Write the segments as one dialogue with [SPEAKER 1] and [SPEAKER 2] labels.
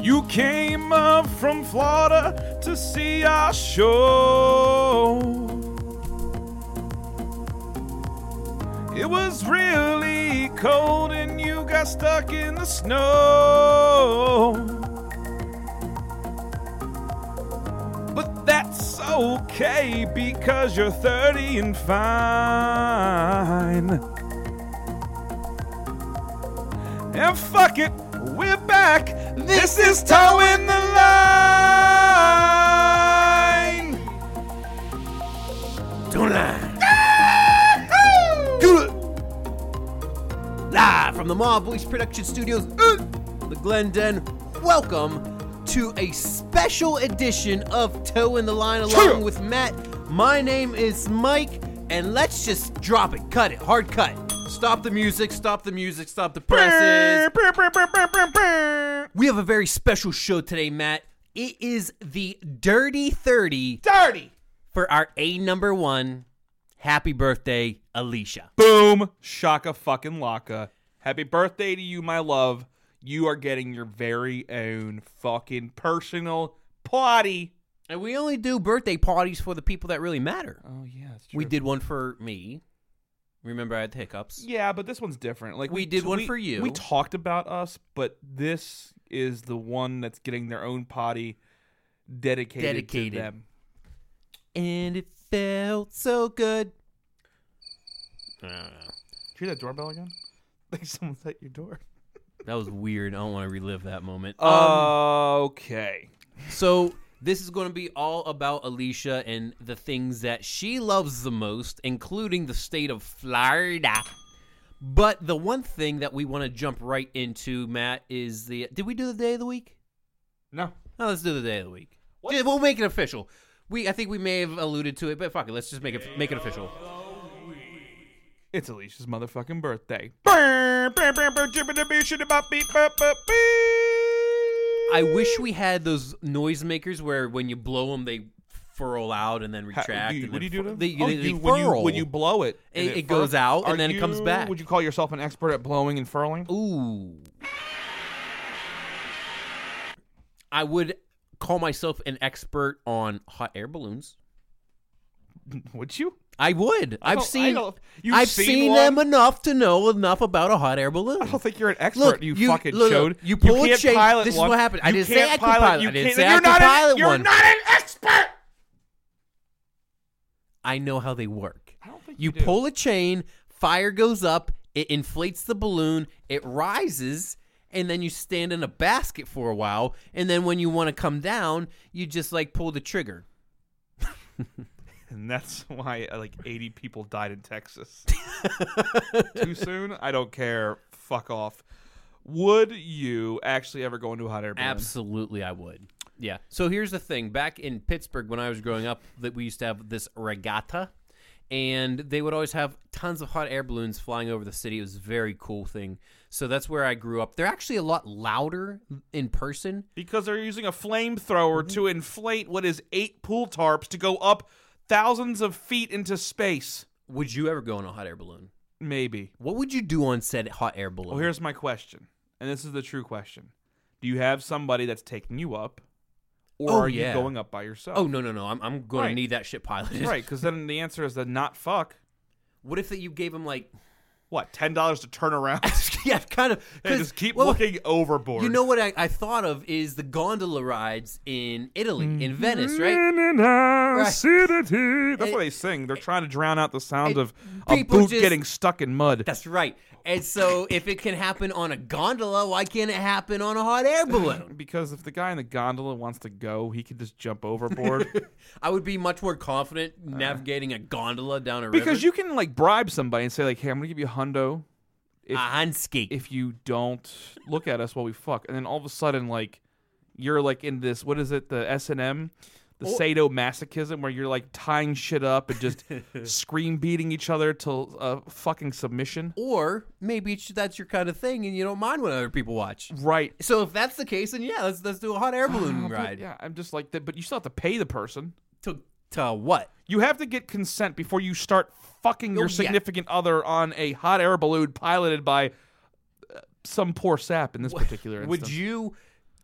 [SPEAKER 1] You came up from Florida to see our show. It was really cold and you got stuck in the snow. But that's okay because you're 30 and fine. And fuck it, we're back. This is Towing the Line.
[SPEAKER 2] Live Ah, from the Mob Voice Production Studios, uh, the Glen Den. Welcome to a special edition of Toe in the Line along with Matt. My name is Mike, and let's just drop it, cut it, hard cut. Stop the music, stop the music, stop the presses. We have a very special show today, Matt. It is the Dirty 30
[SPEAKER 1] Dirty.
[SPEAKER 2] for our A number one. Happy birthday, Alicia.
[SPEAKER 1] Boom. Shaka fucking laka. Happy birthday to you, my love. You are getting your very own fucking personal potty.
[SPEAKER 2] And we only do birthday parties for the people that really matter.
[SPEAKER 1] Oh yeah, that's
[SPEAKER 2] We did one for me. Remember, I had the hiccups.
[SPEAKER 1] Yeah, but this one's different. Like
[SPEAKER 2] We did one for you.
[SPEAKER 1] We talked about us, but this is the one that's getting their own potty dedicated,
[SPEAKER 2] Dedicated.
[SPEAKER 1] to them.
[SPEAKER 2] And it felt so good.
[SPEAKER 1] Did you hear that doorbell again? Like someone's at your door.
[SPEAKER 2] That was weird. I don't want to relive that moment.
[SPEAKER 1] Um, Uh.
[SPEAKER 2] Um, Uh,
[SPEAKER 1] okay.
[SPEAKER 2] so this is going to be all about Alicia and the things that she loves the most, including the state of Florida. But the one thing that we want to jump right into, Matt, is the. Did we do the day of the week?
[SPEAKER 1] No.
[SPEAKER 2] No, let's do the day of the week. Yeah, we'll make it official. We, I think we may have alluded to it, but fuck it. Let's just make it make it official.
[SPEAKER 1] It's Alicia's motherfucking birthday. I
[SPEAKER 2] I wish we had those noisemakers where when you blow them, they furl out and then retract. and
[SPEAKER 1] what do you do?
[SPEAKER 2] then fu-
[SPEAKER 1] To them?
[SPEAKER 2] They,
[SPEAKER 1] Oh,
[SPEAKER 2] they,
[SPEAKER 1] you-
[SPEAKER 2] they
[SPEAKER 1] when, you,
[SPEAKER 2] furl.
[SPEAKER 1] when you blow it, and
[SPEAKER 2] It- it goes
[SPEAKER 1] fur-
[SPEAKER 2] out and
[SPEAKER 1] Are
[SPEAKER 2] then it comes
[SPEAKER 1] you-
[SPEAKER 2] back. Oh,
[SPEAKER 1] Would you call yourself an expert at blowing and furling?
[SPEAKER 2] Ooh. I would call myself an expert on hot air balloons.
[SPEAKER 1] Would you?
[SPEAKER 2] I would. I've
[SPEAKER 1] don't- Oh, I
[SPEAKER 2] seen.
[SPEAKER 1] don't- You've
[SPEAKER 2] I've
[SPEAKER 1] seen
[SPEAKER 2] seen
[SPEAKER 1] one? Oh,
[SPEAKER 2] them enough to know enough about a hot air balloon.
[SPEAKER 1] I don't think you're an expert.
[SPEAKER 2] Look,
[SPEAKER 1] you,
[SPEAKER 2] you-
[SPEAKER 1] fucking
[SPEAKER 2] look,
[SPEAKER 1] showed.
[SPEAKER 2] look, you pull a
[SPEAKER 1] can't
[SPEAKER 2] chain-
[SPEAKER 1] pilot
[SPEAKER 2] this is
[SPEAKER 1] one.
[SPEAKER 2] what happened. I
[SPEAKER 1] You
[SPEAKER 2] didn't say
[SPEAKER 1] can't
[SPEAKER 2] I could
[SPEAKER 1] pilot.
[SPEAKER 2] pilot.
[SPEAKER 1] You
[SPEAKER 2] I didn't
[SPEAKER 1] can't-
[SPEAKER 2] say I
[SPEAKER 1] you're
[SPEAKER 2] could
[SPEAKER 1] not
[SPEAKER 2] pilot
[SPEAKER 1] an, You're
[SPEAKER 2] one.
[SPEAKER 1] not an expert.
[SPEAKER 2] I know how they work.
[SPEAKER 1] I don't think
[SPEAKER 2] You
[SPEAKER 1] you do.
[SPEAKER 2] pull a chain, fire goes up, it inflates the balloon, it rises, and then you stand in a basket for a while. And then when you want to come down, you just like pull the trigger.
[SPEAKER 1] And that's why uh, like 80 people died in Texas. Too soon? I don't care. Fuck off. Would you actually ever go into a hot air balloon?
[SPEAKER 2] Absolutely, I would. Yeah. So here's the thing: back in Pittsburgh, when I was growing up, that we used to have this regatta, and they would always have tons of hot air balloons flying over the city. It was a very cool thing. So that's where I grew up. They're actually a lot louder in person.
[SPEAKER 1] Because they're using a flamethrower
[SPEAKER 2] Mm-hmm.
[SPEAKER 1] to inflate what is eight pool tarps to go up thousands of feet into space.
[SPEAKER 2] Would you ever go on a hot air balloon?
[SPEAKER 1] Maybe.
[SPEAKER 2] What would you do on said hot air balloon?
[SPEAKER 1] Well, here's my question. And this is the true question. Do you have somebody that's taking you up? Or
[SPEAKER 2] Oh,
[SPEAKER 1] are
[SPEAKER 2] yeah.
[SPEAKER 1] you going up by yourself?
[SPEAKER 2] oh no no no! I'm, I'm going to
[SPEAKER 1] Right.
[SPEAKER 2] need that shit piloted.
[SPEAKER 1] Right, because then the answer is the not fuck.
[SPEAKER 2] What if that you gave him like
[SPEAKER 1] What, $10 to turn around?
[SPEAKER 2] yeah kind of
[SPEAKER 1] Hey,
[SPEAKER 2] 'cause-
[SPEAKER 1] just keep
[SPEAKER 2] well,
[SPEAKER 1] looking overboard.
[SPEAKER 2] You know what I, I thought of is the gondola rides in Italy,
[SPEAKER 1] Mm-hmm.
[SPEAKER 2] in Venice, right?
[SPEAKER 1] That's what they sing. They're trying to drown out the sound
[SPEAKER 2] and
[SPEAKER 1] of a
[SPEAKER 2] people
[SPEAKER 1] boot
[SPEAKER 2] just-
[SPEAKER 1] getting stuck in mud.
[SPEAKER 2] That's right. And so, if it can happen on a gondola, why can't it happen on a hot air balloon?
[SPEAKER 1] Because if the guy in the gondola wants to go, he could just jump overboard.
[SPEAKER 2] I would be much more confident navigating a gondola down a river.
[SPEAKER 1] because you can like bribe somebody and say like, "Hey, I'm gonna give you a hundo
[SPEAKER 2] a Hansky.
[SPEAKER 1] if you don't look at us while we fuck." And then all of a sudden, like, you're like in this what is it? The S and M, the sadomasochism, where you're like tying shit up and just scream beating each other till uh, fucking submission.
[SPEAKER 2] or maybe it's, that's your kind of thing, and you don't mind when other people watch.
[SPEAKER 1] Right. Ah,
[SPEAKER 2] So if that's the case, then yeah, let's let's do a hot air balloon
[SPEAKER 1] But,
[SPEAKER 2] ride.
[SPEAKER 1] Yeah, I'm just like that, but you still have to pay the person.
[SPEAKER 2] To to what?
[SPEAKER 1] You have to get consent before you start fucking your
[SPEAKER 2] Oh, yeah.
[SPEAKER 1] significant other on a hot air balloon piloted by uh, some poor sap in this particular instance.
[SPEAKER 2] Would you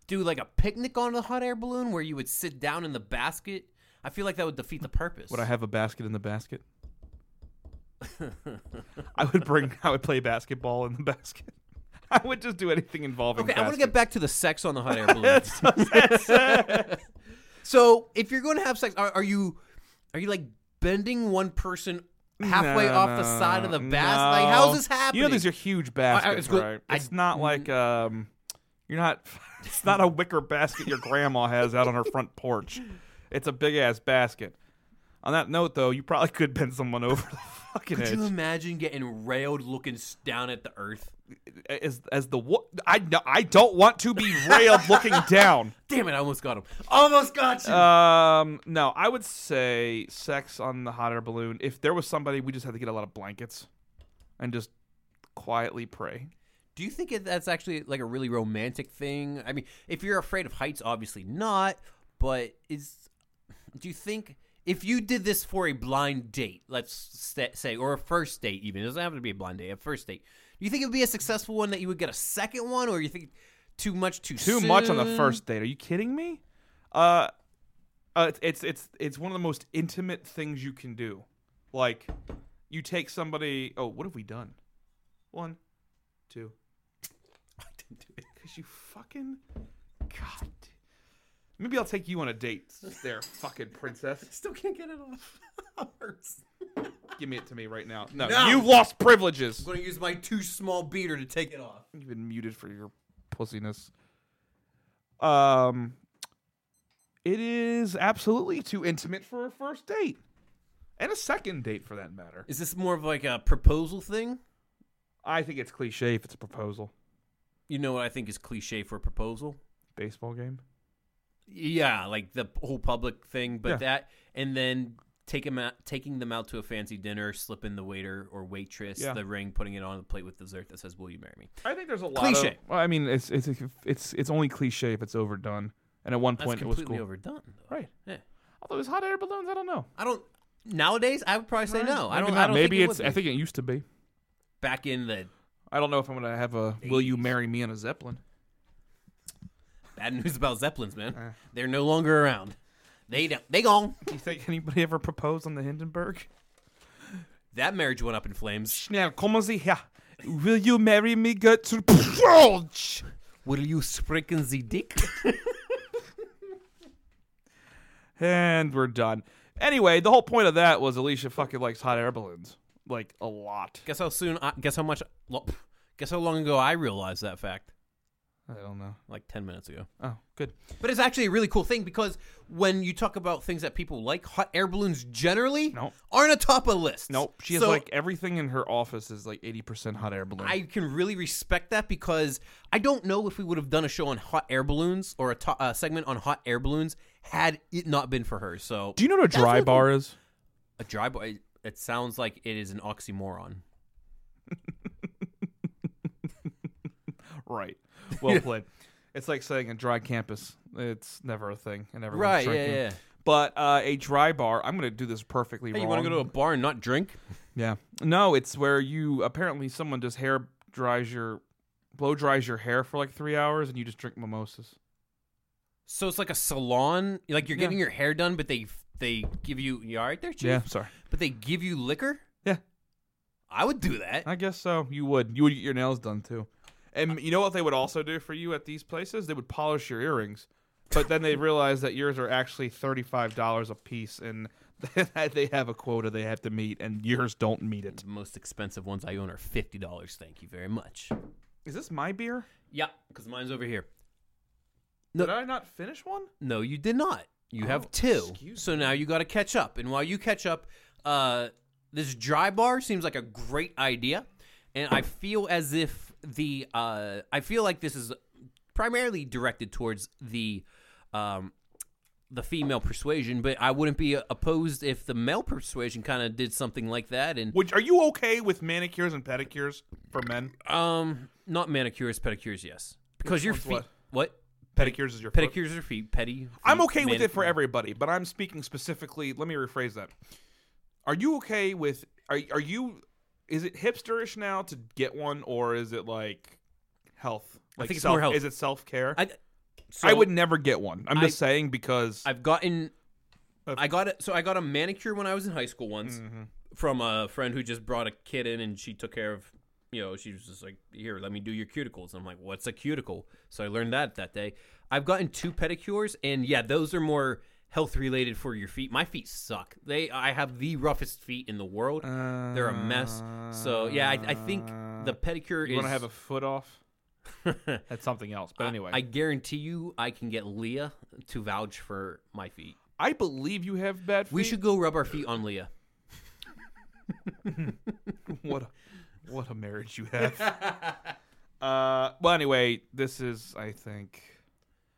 [SPEAKER 2] do like a picnic on a hot air balloon where you would sit down in the basket. I feel like that would defeat the purpose.
[SPEAKER 1] Would I have a basket in the basket? I would bring. I would play basketball in the basket. I would just do anything involving.
[SPEAKER 2] Okay, I want to get
[SPEAKER 1] basket.
[SPEAKER 2] back to the sex on the hot air balloon. so, if you're going to have sex, are, are you are you like bending one person halfway
[SPEAKER 1] No,
[SPEAKER 2] off the side of the
[SPEAKER 1] no,
[SPEAKER 2] basket? Like, how's
[SPEAKER 1] no.
[SPEAKER 2] this happening?
[SPEAKER 1] You know, these are huge
[SPEAKER 2] I-
[SPEAKER 1] baskets,
[SPEAKER 2] it's good-
[SPEAKER 1] right?
[SPEAKER 2] I- mm.
[SPEAKER 1] It's not like um, you're not. It's not a wicker basket your grandma has out on her front porch. It's a big ass basket. On that note, though, you probably could bend someone over the fucking
[SPEAKER 2] Could
[SPEAKER 1] edge.
[SPEAKER 2] you imagine getting railed looking s- down at the earth?
[SPEAKER 1] as as the wo- I no, I don't want to be railed looking down.
[SPEAKER 2] Damn it! I almost got him. Almost got you.
[SPEAKER 1] Um, no, I would say sex on the hot air balloon. If there was somebody, we just had to get a lot of blankets and just quietly pray.
[SPEAKER 2] Do you think it- that's actually like a really romantic thing? I mean, if you're afraid of heights, obviously not. But is do you think if you did this for a blind date, let's sta- say, or a first date, even it doesn't have to be a blind date, a first date, do you think it would be a successful one that you would get a second one, or you think too much too
[SPEAKER 1] Too much on the
[SPEAKER 2] soon?
[SPEAKER 1] first date. Are you kidding me? Uh, uh, it's it's it's one of the most intimate things you can do. Like, you take somebody. Oh, what have we done? One, two.
[SPEAKER 2] I didn't do it.
[SPEAKER 1] Cause you fucking, God. Maybe I'll take you on a date. There, fucking princess.
[SPEAKER 2] Still can't get it off. I'm going
[SPEAKER 1] Give me it to me right now. No,
[SPEAKER 2] No.
[SPEAKER 1] you've lost privileges.
[SPEAKER 2] to use my too small beater to take it off.
[SPEAKER 1] You've been muted for your pussiness. Um, it is absolutely too intimate for a first date, and a second date for that matter.
[SPEAKER 2] Is this more of like a proposal thing?
[SPEAKER 1] I think it's cliche if it's a proposal.
[SPEAKER 2] You know what I think is cliche for a proposal?
[SPEAKER 1] Baseball game.
[SPEAKER 2] Yeah, like the whole public thing, but
[SPEAKER 1] Yeah.
[SPEAKER 2] that and then take 'em out, taking them out to a fancy dinner, slipping the waiter or waitress
[SPEAKER 1] Yeah.
[SPEAKER 2] the ring, putting it on the plate with dessert that says "Will you marry me?"
[SPEAKER 1] I think there's a lot.
[SPEAKER 2] Cliche.
[SPEAKER 1] Of, well, I mean, it's it's it's it's only cliche if it's overdone. And at one
[SPEAKER 2] That's
[SPEAKER 1] point, it was
[SPEAKER 2] completely
[SPEAKER 1] cool.
[SPEAKER 2] overdone, though.
[SPEAKER 1] Right.
[SPEAKER 2] Yeah.
[SPEAKER 1] Although it's hot air balloons, I don't know.
[SPEAKER 2] I don't. Nowadays, I would probably say no. I
[SPEAKER 1] Maybe
[SPEAKER 2] don't.
[SPEAKER 1] not.
[SPEAKER 2] I don't
[SPEAKER 1] Maybe
[SPEAKER 2] think it
[SPEAKER 1] it's.
[SPEAKER 2] would
[SPEAKER 1] I
[SPEAKER 2] be.
[SPEAKER 1] think it used to be.
[SPEAKER 2] back in the
[SPEAKER 1] I don't know if I'm gonna have a "Will you marry me" on a Zeppelin.
[SPEAKER 2] bad news about zeppelins, man.
[SPEAKER 1] Uh.
[SPEAKER 2] They're no longer around. They don't, they gone.
[SPEAKER 1] Do you think anybody ever proposed on the Hindenburg?
[SPEAKER 2] That marriage went up in flames.
[SPEAKER 1] Schnell, kommen Sie her. Will you marry me, Gertrude? George?
[SPEAKER 2] Will you spricken the dick?
[SPEAKER 1] And we're done. Anyway, the whole point of that was Alicia fucking likes hot air balloons. Like, a lot.
[SPEAKER 2] guess how soon? I, guess how much? lo- Guess how long ago I realized that fact?
[SPEAKER 1] I don't know.
[SPEAKER 2] Like ten minutes ago.
[SPEAKER 1] Oh, good.
[SPEAKER 2] But it's actually a really cool thing because when you talk about things that people like, hot air balloons generally
[SPEAKER 1] Nope.
[SPEAKER 2] aren't atop of lists.
[SPEAKER 1] Nope. She has,
[SPEAKER 2] So
[SPEAKER 1] like, everything in her office is, like, 80% hot air balloon.
[SPEAKER 2] I can really respect that because I don't know if we would have done a show on hot air balloons or a to- uh, segment on hot air balloons had it not been for her. So
[SPEAKER 1] Do you know what a
[SPEAKER 2] That's
[SPEAKER 1] dry
[SPEAKER 2] what-
[SPEAKER 1] bar is?
[SPEAKER 2] a dry bar. It sounds like it is an oxymoron.
[SPEAKER 1] Right. Well played. It's like saying a dry campus. It's never a thing, and everyone's
[SPEAKER 2] Right, yeah,
[SPEAKER 1] drinking.
[SPEAKER 2] yeah.
[SPEAKER 1] But uh, a dry bar, I'm going to do this perfectly
[SPEAKER 2] Hey,
[SPEAKER 1] wrong.
[SPEAKER 2] you want to go to a bar and not drink?
[SPEAKER 1] Yeah. No, it's where you apparently someone just hair dries your blow dries your hair for like three hours and you just drink mimosas.
[SPEAKER 2] So it's like a salon. Like you're
[SPEAKER 1] Yeah.
[SPEAKER 2] getting your hair done, but they they give you. You all right there, chief?
[SPEAKER 1] Yeah, sorry.
[SPEAKER 2] But they give you liquor.
[SPEAKER 1] Yeah,
[SPEAKER 2] I would do that.
[SPEAKER 1] I guess so. You would. You would get your nails done too. And you know what they would also do for you at these places? They would polish your earrings. But then they realize that yours are actually thirty five dollars a piece and they have a quota they have to meet and yours don't meet it.
[SPEAKER 2] The most expensive ones I own are fifty dollars. Thank you very much.
[SPEAKER 1] Is this my beer?
[SPEAKER 2] Yeah, because mine's over here. No.
[SPEAKER 1] Did I not finish one?
[SPEAKER 2] No, you did not. You have
[SPEAKER 1] Oh,
[SPEAKER 2] two.
[SPEAKER 1] excuse
[SPEAKER 2] So now you got to catch up. And while you catch up, uh, this dry bar seems like a great idea. And I feel as if the uh, I feel like this is primarily directed towards the um, the female persuasion, but I wouldn't be opposed if the male persuasion kind of did something like that. And
[SPEAKER 1] Would are you okay with manicures and pedicures for men?
[SPEAKER 2] Um, not manicures, pedicures, yes. Because your
[SPEAKER 1] one's
[SPEAKER 2] feet.
[SPEAKER 1] what?
[SPEAKER 2] What?
[SPEAKER 1] Pedicures is your foot?
[SPEAKER 2] Pedicures are feet. Petty.
[SPEAKER 1] I'm
[SPEAKER 2] feet,
[SPEAKER 1] okay with it for
[SPEAKER 2] manicure.
[SPEAKER 1] everybody, but I'm speaking specifically. Let me rephrase that. Are you okay with? Are are you? Is it hipsterish now to get one, or is it like health? Like
[SPEAKER 2] think it's
[SPEAKER 1] self,
[SPEAKER 2] more health.
[SPEAKER 1] Is it self care?
[SPEAKER 2] I, So
[SPEAKER 1] I would never get one. I'm just saying because
[SPEAKER 2] I've gotten. I got it. So I got a manicure when I was in high school once
[SPEAKER 1] Mm-hmm.
[SPEAKER 2] from a friend who just brought a kid in and she took care of. You know, she was just like, "Here, let me do your cuticles." And I'm like, "What's a cuticle?" So I learned that that day. I've gotten two pedicures, and yeah, those are more health related for your feet. My feet suck. They, I have the roughest feet in the world. They're a mess. So yeah, I, I think the pedicure
[SPEAKER 1] you
[SPEAKER 2] is.
[SPEAKER 1] want to have a foot off. That's something else. But anyway,
[SPEAKER 2] I guarantee you, I can get Leah to vouch for my feet.
[SPEAKER 1] I believe you have bad feet.
[SPEAKER 2] We should go rub our feet on Leah.
[SPEAKER 1] what a, what a marriage you have. uh, well, anyway, this is I think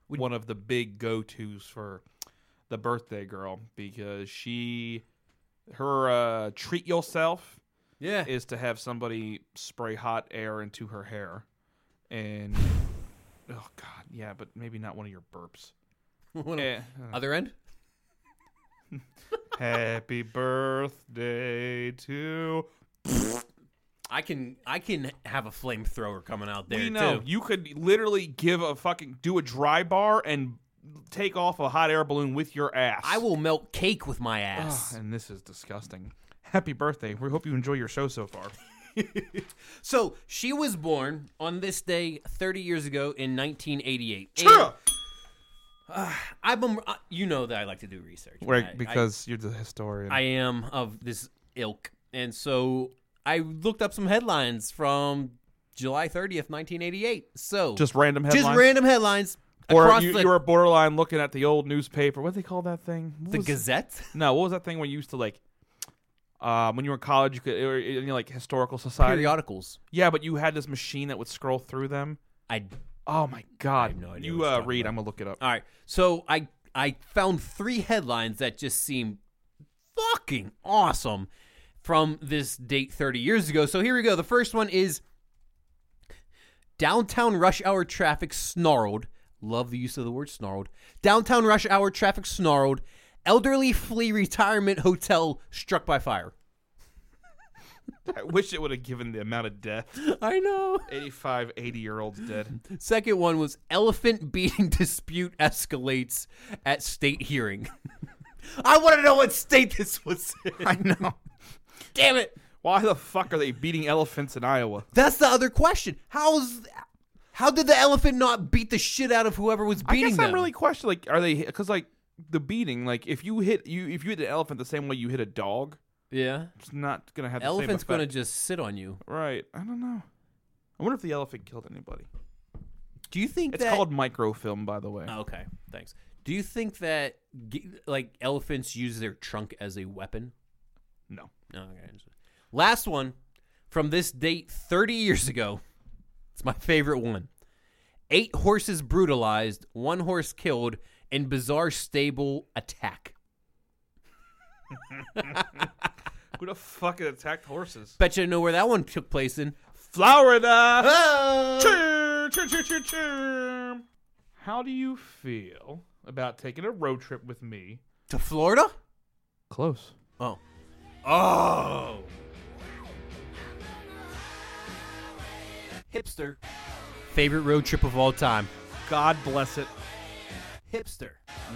[SPEAKER 1] one of the big go tos for the birthday girl because she her uh, treat yourself
[SPEAKER 2] Yeah.
[SPEAKER 1] is to have somebody spray hot air into her hair and oh god yeah but maybe not one of your burps Eh, uh,
[SPEAKER 2] Other end?
[SPEAKER 1] happy birthday to
[SPEAKER 2] I can I can have a flamethrower coming out there
[SPEAKER 1] We know
[SPEAKER 2] too.
[SPEAKER 1] you could literally give a fucking do a dry bar and take off a hot air balloon with your ass.
[SPEAKER 2] I will melt cake with my
[SPEAKER 1] Ugh,
[SPEAKER 2] ass.
[SPEAKER 1] and this is disgusting. Happy birthday. We hope you enjoy your show so far.
[SPEAKER 2] so she was born on this day 30 years ago in 1988. And I'm a- uh, you know that I like to do research. I- I-
[SPEAKER 1] Right, because you're the historian.
[SPEAKER 2] I am of this ilk. And so I looked up some headlines from July 30th, 1988. So
[SPEAKER 1] just random headlines.
[SPEAKER 2] just random headlines
[SPEAKER 1] Or
[SPEAKER 2] across
[SPEAKER 1] you,
[SPEAKER 2] the,
[SPEAKER 1] you were borderline looking at the old newspaper. What do they call that thing? What
[SPEAKER 2] the
[SPEAKER 1] was-
[SPEAKER 2] Gazette.
[SPEAKER 1] no, what was that thing where you used to like? Uh, when you were in college, you could or, you know, like historical society.
[SPEAKER 2] Periodicals.
[SPEAKER 1] Yeah, but you had this machine that would scroll through them.
[SPEAKER 2] I
[SPEAKER 1] Oh my god!
[SPEAKER 2] no idea
[SPEAKER 1] you
[SPEAKER 2] what you're
[SPEAKER 1] uh,
[SPEAKER 2] talking
[SPEAKER 1] read. I'm gonna look it up.
[SPEAKER 2] All right. So I I found three headlines that just seem fucking awesome from this date 30 years ago. So here we go. The first one is Downtown rush hour traffic snarled. Love the use of the word snarled. Downtown rush hour traffic snarled. Elderly flee retirement hotel struck by fire.
[SPEAKER 1] I wish it would have given the amount of death.
[SPEAKER 2] I know.
[SPEAKER 1] 85, 80 year olds dead.
[SPEAKER 2] Second one was elephant beating dispute escalates at state hearing. I want to know what state this was in.
[SPEAKER 1] I know.
[SPEAKER 2] Damn it.
[SPEAKER 1] Why the fuck are they beating elephants in Iowa?
[SPEAKER 2] That's the other question. How's how did the elephant not beat the shit out of whoever was
[SPEAKER 1] I
[SPEAKER 2] beating
[SPEAKER 1] guess
[SPEAKER 2] them?
[SPEAKER 1] I'm really questioning. Like, are they? Because like the beating, like if you hit you if you hit an elephant the same way you hit a dog,
[SPEAKER 2] yeah.
[SPEAKER 1] it's not gonna have the
[SPEAKER 2] Elephant's
[SPEAKER 1] same
[SPEAKER 2] gonna
[SPEAKER 1] effect.
[SPEAKER 2] just sit on you.
[SPEAKER 1] right. I don't know. I wonder if the elephant killed anybody.
[SPEAKER 2] Do you think
[SPEAKER 1] It's
[SPEAKER 2] that?
[SPEAKER 1] called microfilm, by the way.
[SPEAKER 2] Oh, okay, thanks. Do you think that g- like elephants use their trunk as a weapon?
[SPEAKER 1] No.
[SPEAKER 2] Okay. Last one from this date 30 years ago. It's my favorite one. Eight horses brutalized, one horse killed in bizarre stable attack.
[SPEAKER 1] Who the fuck had attacked horses?
[SPEAKER 2] Bet you know where that one took place in.
[SPEAKER 1] Florida.
[SPEAKER 2] Oh!
[SPEAKER 1] Cheer, cheer, cheer, cheer, cheer. How do you feel about taking a road trip with me?
[SPEAKER 2] To Florida?
[SPEAKER 1] Close.
[SPEAKER 2] Oh. Oh. Hipster. Favorite road trip of all time.
[SPEAKER 1] God bless it.
[SPEAKER 2] Hipster.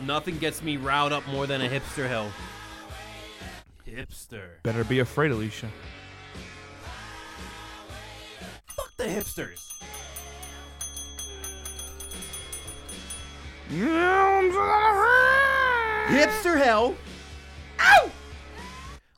[SPEAKER 2] Nothing gets me riled up more than a hipster hill. Hipster.
[SPEAKER 1] Better be afraid, Alicia.
[SPEAKER 2] Fuck the hipsters.
[SPEAKER 1] I
[SPEAKER 2] Hipster hell. Ow!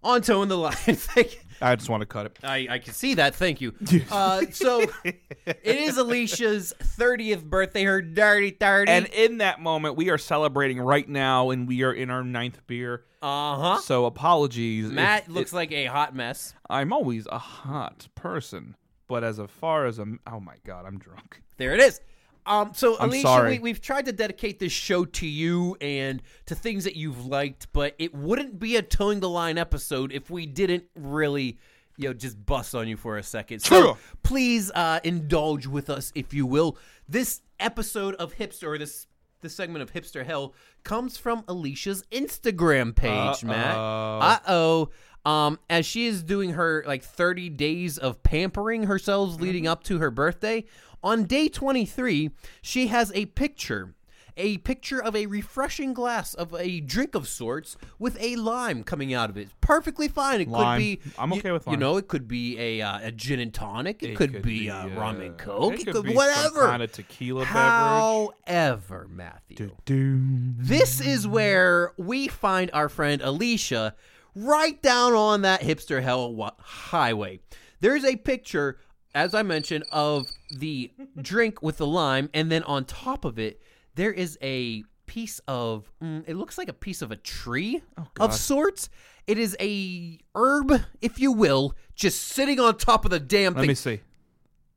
[SPEAKER 2] On toe in the line. Thank you.
[SPEAKER 1] just want to cut it.
[SPEAKER 2] I, I can see that. Thank you. Uh, so it is Alicia's 30th birthday, her dirty 30.
[SPEAKER 1] And in that moment, we are celebrating right now, and we are in our ninth beer.
[SPEAKER 2] uh huh.
[SPEAKER 1] So apologies. if
[SPEAKER 2] Matt
[SPEAKER 1] it-
[SPEAKER 2] looks like a hot mess.
[SPEAKER 1] I'm always a hot person, but as a far as I'm, oh my god, I'm drunk.
[SPEAKER 2] There it is. Um, so
[SPEAKER 1] I'm
[SPEAKER 2] Alicia,
[SPEAKER 1] sorry.
[SPEAKER 2] We, we've tried to dedicate this show to you and to things that you've liked, but it wouldn't be a towing the line episode if we didn't really, you know, just bust on you for a second. So
[SPEAKER 1] Sure.
[SPEAKER 2] please uh, indulge with us, if you will. This episode of Hipster, or this this segment of Hipster Hell, comes from Alicia's Instagram page, Matt. Uh oh. Um, as she is doing her like 30 days of pampering
[SPEAKER 1] Mm-hmm.
[SPEAKER 2] herself leading up to her birthday, on day 23, she has a picture a picture of a refreshing glass of a drink of sorts with a lime coming out of it. Perfectly fine. It
[SPEAKER 1] Lime.
[SPEAKER 2] could be.
[SPEAKER 1] I'm
[SPEAKER 2] you-
[SPEAKER 1] okay with
[SPEAKER 2] You
[SPEAKER 1] lime.
[SPEAKER 2] know, it could be a uh, a gin and tonic. It, could, be, uh, rum and coke. It, could,
[SPEAKER 1] be
[SPEAKER 2] whatever.
[SPEAKER 1] Some kind of tequila
[SPEAKER 2] However, Matthew,
[SPEAKER 1] beverage.
[SPEAKER 2] this is where we find our friend Alicia right down on that hipster hell wa- highway. There's a picture, as I mentioned, of the drink with the lime, and then on top of it, there is a piece of mm, it looks like a piece of a tree
[SPEAKER 1] Oh,
[SPEAKER 2] of sorts. It is a herb, if you will, just sitting on top of the damn
[SPEAKER 1] Let
[SPEAKER 2] thing.
[SPEAKER 1] me see.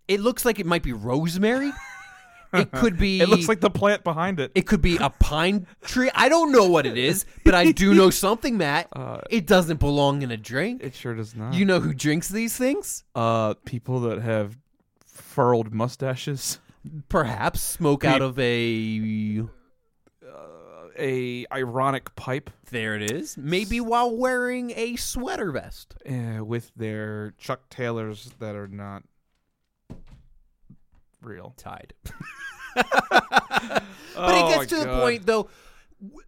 [SPEAKER 2] It looks like it might be rosemary. It could be.
[SPEAKER 1] It looks like the plant behind it.
[SPEAKER 2] It could be a pine tree. I don't know what it is, but I do know something, Matt. it doesn't belong in a drink.
[SPEAKER 1] Uh, It sure does not.
[SPEAKER 2] you know who drinks these things?
[SPEAKER 1] uh, people that have furled mustaches,
[SPEAKER 2] Perhaps smoke out of a.
[SPEAKER 1] a ironic pipe
[SPEAKER 2] There it is. Maybe while wearing a sweater vest.
[SPEAKER 1] uh, with their Chuck Taylors that are not real. Oh
[SPEAKER 2] Tied.
[SPEAKER 1] But
[SPEAKER 2] But it gets to the point, though. w-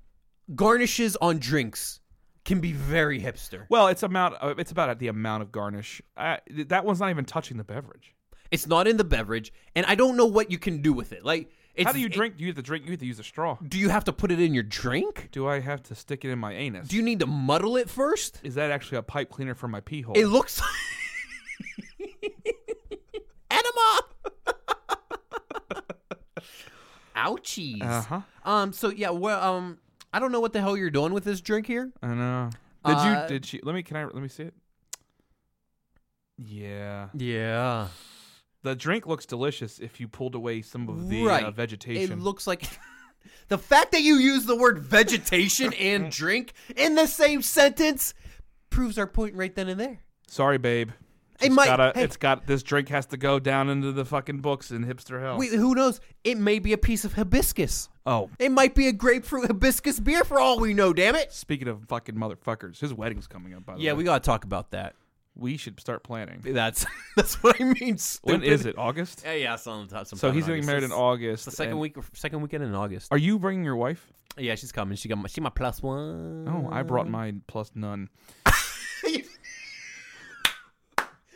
[SPEAKER 2] Garnishes on drinks can be very hipster.
[SPEAKER 1] Well, it's amount. uh, It's about the amount of garnish. I, th- that one's not even touching the beverage.
[SPEAKER 2] It's not in the beverage, and I don't know what you can do with it. Like, it's,
[SPEAKER 1] How do you
[SPEAKER 2] it-
[SPEAKER 1] drink? Do you have to drink? You have to use a straw.
[SPEAKER 2] do you have to put it in your drink?
[SPEAKER 1] Do I have to stick it in my anus?
[SPEAKER 2] Do you need to muddle it first?
[SPEAKER 1] Is that actually a pipe cleaner for my pee hole?
[SPEAKER 2] It looks like enema. Ouchies.
[SPEAKER 1] Uh huh.
[SPEAKER 2] Um. So yeah. Well. Um. I don't know what the hell you're doing with this drink here.
[SPEAKER 1] I know. Did
[SPEAKER 2] Uh,
[SPEAKER 1] you? Did she? Let me. Can I? Let me see it. Yeah,
[SPEAKER 2] Yeah.
[SPEAKER 1] the drink looks delicious if you pulled away some of the
[SPEAKER 2] Right.
[SPEAKER 1] uh,
[SPEAKER 2] It
[SPEAKER 1] vegetation.
[SPEAKER 2] It looks like the fact that you use the word vegetation and drink in the same sentence proves our point right then and there.
[SPEAKER 1] Sorry, babe.
[SPEAKER 2] It
[SPEAKER 1] It's
[SPEAKER 2] might-
[SPEAKER 1] gotta-
[SPEAKER 2] hey.
[SPEAKER 1] it's got this drink has to go down into the fucking books in hipster hell.
[SPEAKER 2] We, who knows? It may be a piece of hibiscus.
[SPEAKER 1] oh,
[SPEAKER 2] It might be a grapefruit hibiscus beer for all we know. Damn it.
[SPEAKER 1] speaking of fucking motherfuckers, his wedding's coming up. By the
[SPEAKER 2] Yeah,
[SPEAKER 1] way,
[SPEAKER 2] we gotta talk about that.
[SPEAKER 1] we should start planning.
[SPEAKER 2] That's that's what I mean. Stupid.
[SPEAKER 1] When is it? August.
[SPEAKER 2] Yeah, yeah, it's on the top. sometime
[SPEAKER 1] So
[SPEAKER 2] in
[SPEAKER 1] he's getting
[SPEAKER 2] August.
[SPEAKER 1] married in
[SPEAKER 2] It's
[SPEAKER 1] August.
[SPEAKER 2] The second
[SPEAKER 1] and-
[SPEAKER 2] week, second weekend in August.
[SPEAKER 1] Are you bringing your wife?
[SPEAKER 2] Yeah, she's coming. She got my, she my plus one.
[SPEAKER 1] Oh, I brought
[SPEAKER 2] Mm-hmm.
[SPEAKER 1] mine plus none.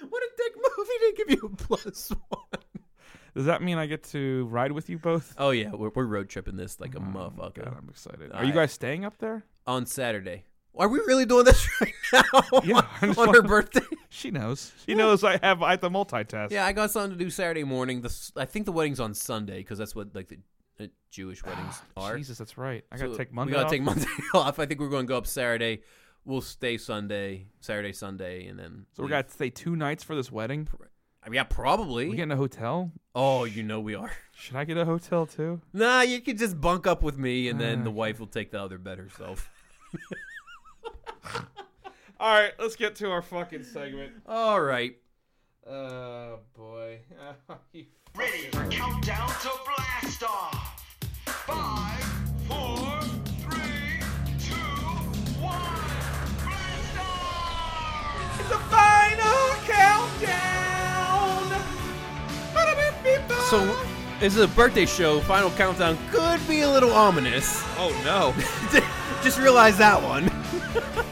[SPEAKER 2] what a dick move! He didn't give you a plus one.
[SPEAKER 1] Does that mean I get to ride with you both?
[SPEAKER 2] Oh yeah, we're, we're road tripping this like a motherfucker
[SPEAKER 1] Oh, God, I'm excited. Are
[SPEAKER 2] I-
[SPEAKER 1] you guys staying up there?
[SPEAKER 2] on Saturday. Are we really doing this right now?
[SPEAKER 1] Yeah, I
[SPEAKER 2] on,
[SPEAKER 1] just
[SPEAKER 2] on her birthday.
[SPEAKER 1] She knows. She knows I have I have to multitask.
[SPEAKER 2] Yeah, I got something to do Saturday morning. The s- I think the wedding's on Sunday because that's what like the uh, Jewish weddings are.
[SPEAKER 1] Jesus, that's right. I gotta
[SPEAKER 2] So
[SPEAKER 1] take Monday.
[SPEAKER 2] We gotta
[SPEAKER 1] off.
[SPEAKER 2] take Monday off. I think we're going to go up Saturday. We'll stay Sunday, Saturday, Sunday, and then.
[SPEAKER 1] so we got to stay two nights for this wedding.
[SPEAKER 2] I mean, yeah, probably.
[SPEAKER 1] We getting a hotel?
[SPEAKER 2] oh, you know we are.
[SPEAKER 1] Should I get a hotel too?
[SPEAKER 2] Nah, you could just bunk up with me, and then the wife will take the other bed herself.
[SPEAKER 1] All right, let's get to our fucking segment.
[SPEAKER 2] All right.
[SPEAKER 1] Oh boy. All
[SPEAKER 3] Ready for countdown to blast off. Five, four, three, two, one. Blast off! It's the final countdown.
[SPEAKER 2] So this is a birthday show. Final countdown could be a little ominous.
[SPEAKER 1] oh no!
[SPEAKER 2] just realize that one.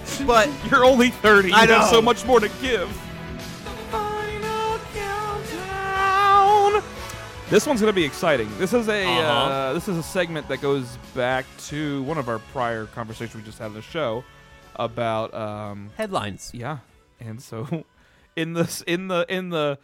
[SPEAKER 2] but
[SPEAKER 1] You're only thirty. You
[SPEAKER 2] I
[SPEAKER 1] have
[SPEAKER 2] know.
[SPEAKER 1] so much more to give. Final countdown. This one's gonna be exciting. This is a uh
[SPEAKER 2] Uh-huh.
[SPEAKER 1] this is a segment that goes back to one of our prior conversations we just had on the show about um,
[SPEAKER 2] headlines.
[SPEAKER 1] Yeah, and so in this in the in the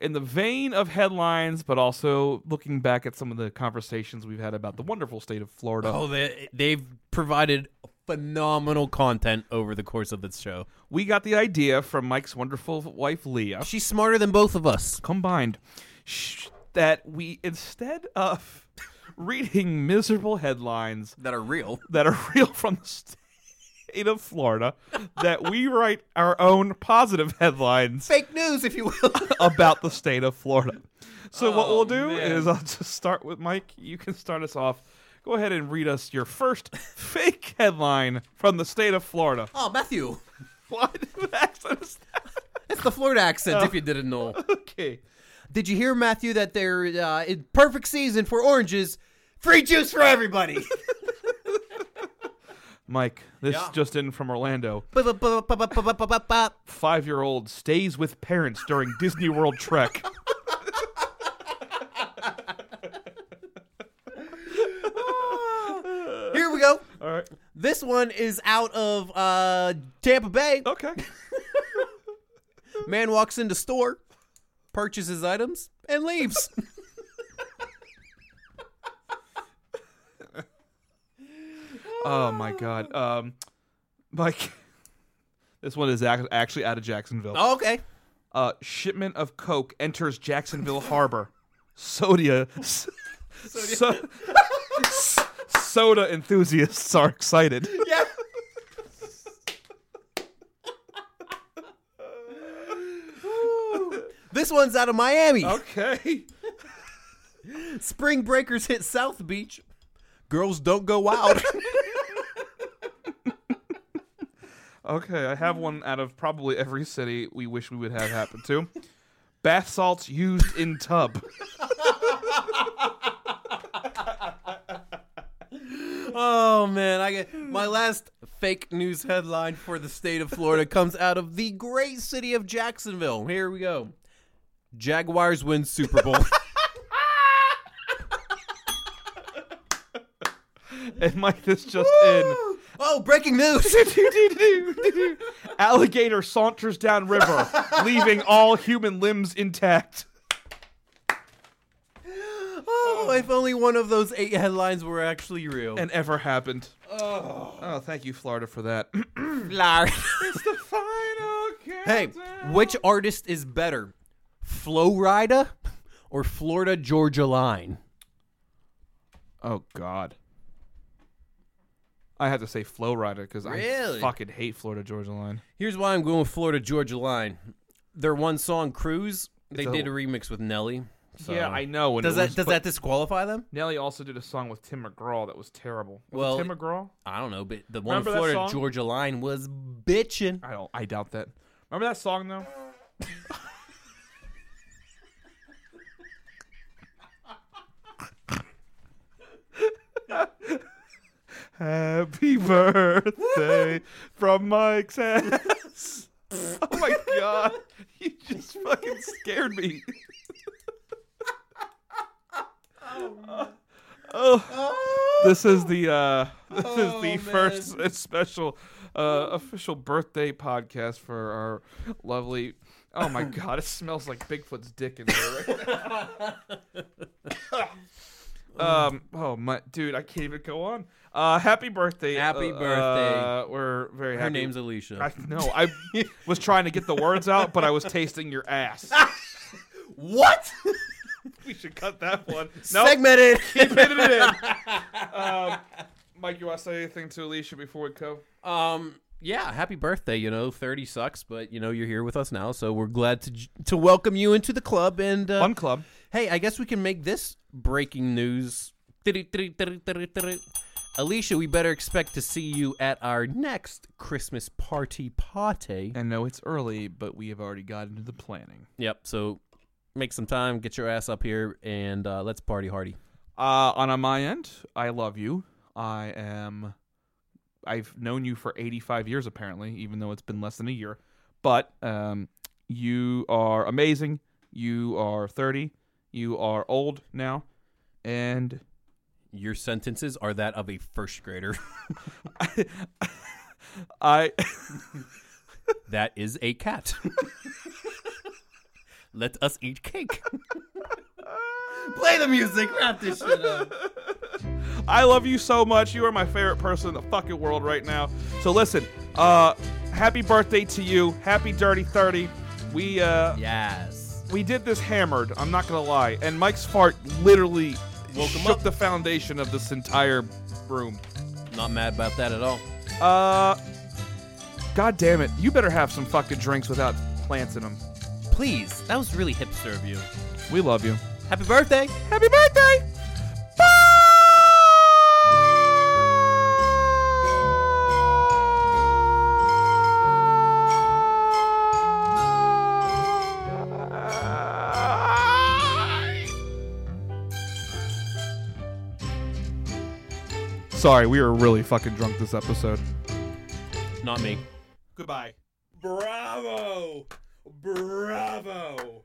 [SPEAKER 1] in the vein of headlines, but also looking back at some of the conversations we've had about the wonderful state of Florida,
[SPEAKER 2] Oh, they they've provided phenomenal content over the course of this show.
[SPEAKER 1] we got the idea from Mike's wonderful wife Leah
[SPEAKER 2] She's smarter than both of us.
[SPEAKER 1] combined sh- that we instead of reading miserable headlines
[SPEAKER 2] that are real.
[SPEAKER 1] that are real from the state of Florida, that we write our own positive headlines
[SPEAKER 2] Fake news, if you will.
[SPEAKER 1] about the state of Florida. So what
[SPEAKER 2] Oh,
[SPEAKER 1] we'll do
[SPEAKER 2] man.
[SPEAKER 1] is I'll just start with Mike. You can start us off. Go ahead and read us your first fake headline from the state of Florida.
[SPEAKER 2] oh, Matthew.
[SPEAKER 1] What accent is that?
[SPEAKER 2] That's the Florida accent, if you didn't know.
[SPEAKER 1] Okay.
[SPEAKER 2] Did you hear, Matthew, that they're uh, in perfect season for oranges? Free juice for everybody.
[SPEAKER 1] Mike, this
[SPEAKER 2] Yeah.
[SPEAKER 1] just in from Orlando.
[SPEAKER 2] Ba-ba-ba-ba-ba-ba-ba-ba-ba.
[SPEAKER 1] Five year old stays with parents during Disney World trek.
[SPEAKER 2] Here we go.
[SPEAKER 1] All right.
[SPEAKER 2] This one is out of uh, Tampa Bay.
[SPEAKER 1] Okay.
[SPEAKER 2] Man walks into store, purchases items, and leaves.
[SPEAKER 1] Oh my God. Um, Mike, this one is ac- actually out of Jacksonville.
[SPEAKER 2] Oh, okay.
[SPEAKER 1] Uh, shipment of coke enters Jacksonville Harbor. Soda. s- so- s- soda enthusiasts are excited.
[SPEAKER 2] Yeah. this one's out of Miami.
[SPEAKER 1] Okay.
[SPEAKER 2] Spring breakers hit South Beach. Girls don't go wild.
[SPEAKER 1] Okay, I have one out of probably every city we wish we would have happen to. Bath salts used in tub.
[SPEAKER 2] oh man, I get my last fake news headline for the state of Florida comes out of the great city of Jacksonville. Here we go. Jaguars win Super Bowl.
[SPEAKER 1] And Mike, this just
[SPEAKER 2] oh, breaking news.
[SPEAKER 1] in. Alligator saunters down river, leaving all human limbs intact.
[SPEAKER 2] Oh, if only one of those eight headlines were actually real.
[SPEAKER 1] And ever happened. Oh, thank you, Florida, for that. it's the final
[SPEAKER 2] hey, which artist is better, Flow Rida or Florida Georgia Line?
[SPEAKER 1] Oh God. I have to say Flow Rider because I
[SPEAKER 2] Really?
[SPEAKER 1] fucking hate Florida Georgia Line.
[SPEAKER 2] Here's why I'm going with Florida Georgia Line. Their one song "Cruise" they
[SPEAKER 1] It's a-
[SPEAKER 2] did a remix with Nelly. So.
[SPEAKER 1] Yeah, I know. And
[SPEAKER 2] Does
[SPEAKER 1] it
[SPEAKER 2] that
[SPEAKER 1] was
[SPEAKER 2] does
[SPEAKER 1] put-
[SPEAKER 2] that disqualify them?
[SPEAKER 1] Nelly also did a song with Tim McGraw that was terrible. Was
[SPEAKER 2] Well-
[SPEAKER 1] it Tim McGraw?
[SPEAKER 2] I don't know, but the one
[SPEAKER 1] Remember that
[SPEAKER 2] Florida
[SPEAKER 1] song?
[SPEAKER 2] Georgia Line was bitching.
[SPEAKER 1] I don't. I doubt that. Remember that song though? Happy birthday from Mike's ass. Oh my god. You just fucking scared me. Oh, this is the uh, this is
[SPEAKER 2] Oh,
[SPEAKER 1] the first special uh, official birthday podcast for our lovely. Oh my god, it smells like Bigfoot's dick in there. Right now. um. Oh my dude, I can't even go on. Uh, happy birthday.
[SPEAKER 2] Happy
[SPEAKER 1] uh,
[SPEAKER 2] birthday.
[SPEAKER 1] uh, we're very happy.
[SPEAKER 2] Her name's Alicia.
[SPEAKER 1] I know. I was trying to get the words out, but I was tasting your ass.
[SPEAKER 2] what?
[SPEAKER 1] we should cut that one. No,
[SPEAKER 2] Segmented.
[SPEAKER 1] keep it in. Um, Mike, you want to say anything to Alicia before we go?
[SPEAKER 2] Um, yeah, happy birthday. You know, 30 sucks, but you know, you're here with us now, so we're glad to j- to welcome you into the club. And uh,
[SPEAKER 1] Fun club.
[SPEAKER 2] hey, I guess we can make this breaking news. Alicia, we better expect to see you at our next Christmas party party.
[SPEAKER 1] And no, it's early, but we have already got into the planning.
[SPEAKER 2] Yep, so make some time, get your ass up here, and uh, let's party hardy.
[SPEAKER 1] Uh, on my end, I love you. I am. I've known you for 85 years, apparently, even though it's been less than a year. But um, you are amazing. You are 30. You are old now. And
[SPEAKER 2] Your sentences are that of a first grader.
[SPEAKER 1] I.
[SPEAKER 2] that is a cat. Let us eat cake. Play the music. Wrap this shit up.
[SPEAKER 1] I love you so much. You are my favorite person in the fucking world right now. So listen, uh, happy birthday to you. Happy dirty thirty. We uh,
[SPEAKER 2] Yes.
[SPEAKER 1] we did this hammered. I'm not gonna lie. And Mike's fart literally
[SPEAKER 2] Woke him
[SPEAKER 1] shook
[SPEAKER 2] up.
[SPEAKER 1] the foundation of this entire room.
[SPEAKER 2] Not mad about that at all.
[SPEAKER 1] Uh, God damn it! You better have some fucking drinks without plants in them.
[SPEAKER 2] Please. That was really hipster of you.
[SPEAKER 1] We love you.
[SPEAKER 2] Happy birthday.
[SPEAKER 1] Happy birthday. Bye. Sorry, we were really fucking drunk this episode.
[SPEAKER 2] Not me.
[SPEAKER 4] Goodbye. Bravo. Bravo.